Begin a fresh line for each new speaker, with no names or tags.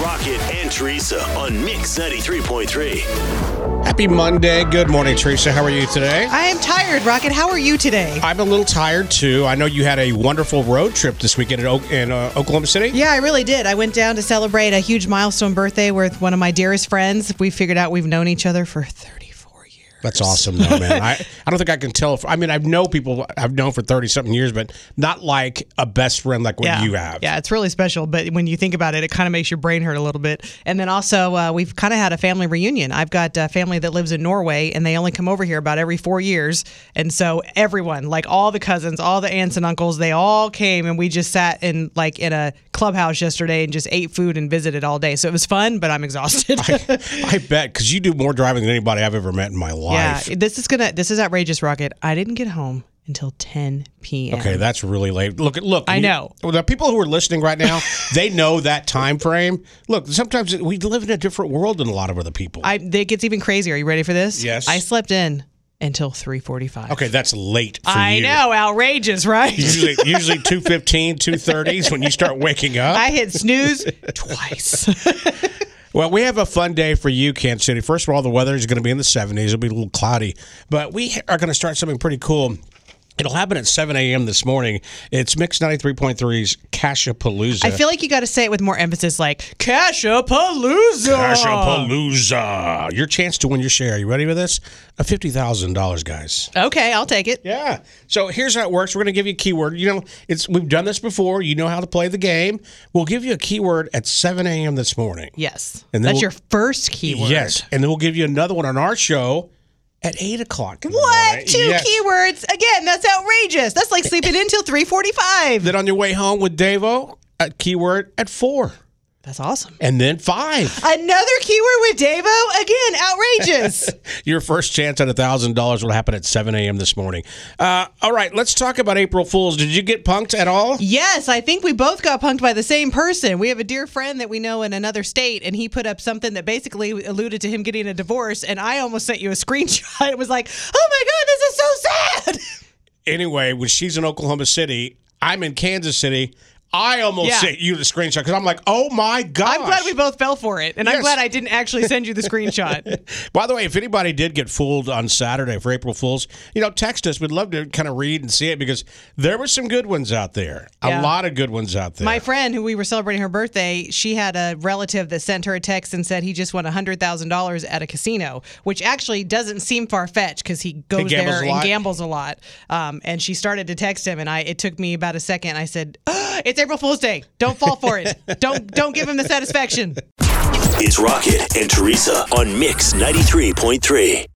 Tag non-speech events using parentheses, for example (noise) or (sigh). Rocket and Teresa on Mix 93.3.
Happy Monday. Good morning, Teresa. How are you today?
I am tired, Rocket. How are you today?
I'm a little tired too. I know you had a wonderful road trip this weekend in, o- in uh, Oklahoma City.
Yeah, I really did. I went down to celebrate a huge milestone birthday with one of my dearest friends. We figured out we've known each other for 34 years.
That's awesome, though, man. I, I don't think I can tell. If, I mean, I've known people I've known for 30 something years, but not like a best friend like what
yeah.
you have.
Yeah, it's really special. But when you think about it, it kind of makes your brain hurt a little bit. And then also, uh, we've kind of had a family reunion. I've got a family that lives in Norway, and they only come over here about every four years. And so everyone, like all the cousins, all the aunts and uncles, they all came, and we just sat in like in a clubhouse yesterday and just ate food and visited all day. So it was fun, but I'm exhausted.
(laughs) I bet because you do more driving than anybody I've ever met in my life.
Yeah, this is gonna. This is outrageous, Rocket. I didn't get home until 10 p.m.
Okay, that's really late. Look, look.
I
you-
know.
well, the people who are listening right
(laughs)
now, they know that time frame. Look, sometimes we live in a different world than a lot of other people.
I. It gets even crazier. Are you ready for this?
Yes.
I slept in until 3:45.
okay, that's late for
I
you.
know, outrageous,
(laughs)
right?
Usually, usually 215, 230 is when you start waking up.
I hit snooze
(laughs)
twice.
Well, we have a fun day for you, Kansas City. First of all, the weather is going to be in the 70s. It'll be a little cloudy, but we are going to start something pretty cool. It'll happen at 7 a.m. this morning. It's Mix 93.3's Cashapalooza.
I feel like you got to say it with more emphasis, like Cashapalooza.
Cashapalooza. Your chance to win your share. Are you ready for this? A $50,000, guys.
Okay, I'll take it.
Yeah. So here's how it works. We're going to give you a keyword. You know, it's we've done this before. You know how to play the game. We'll give you a keyword at 7 a.m. this morning.
Yes,
And then
that's
we'll-
your first keyword.
Yes, and then we'll give you another one on our show at eight o'clock. in the morning.
What? Two
Yes.
keywords again? That's outrageous. That's like sleeping in till
(laughs)
3:45.
Then on your way home with Davo, a keyword at four,
That's awesome.
and then five.
Another keyword with Davo? Again, outrageous.
(laughs) Your first chance at a thousand dollars will happen at seven a.m. this morning. Uh, all right, let's talk about April Fools. Did you get punked at all?
yes, I think we both got punked by the same person. We have a dear friend that we know in another state, and he put up something that basically alluded to him getting a divorce, and I almost sent you a (laughs) screenshot. It was like, oh my God, this is so sad.
Anyway, when she's in Oklahoma City, I'm in Kansas City. I almost
Yeah.
sent you the screenshot because I'm like, oh my god!
I'm glad we both fell for it, and
Yes.
I'm glad I didn't actually send you the screenshot.
By the way, if anybody did get fooled on Saturday for April Fools, you know, text us. We'd love to kind of read and see it because there were some good ones out there. A
Yeah.
lot of good ones out there.
My friend, who we were celebrating her birthday, she had a relative that sent her a text and said he just won hundred thousand dollars at a casino, which actually doesn't seem far fetched because he goes
gambles
there
a
and
lot.
gambles a lot. Um, and she started to text him, and I it took me about a second. I said, (gasps) "It's April Fool's Day. Don't fall for it. don't don't give him the satisfaction."
It's Rocket and Teresa on Mix 93.3.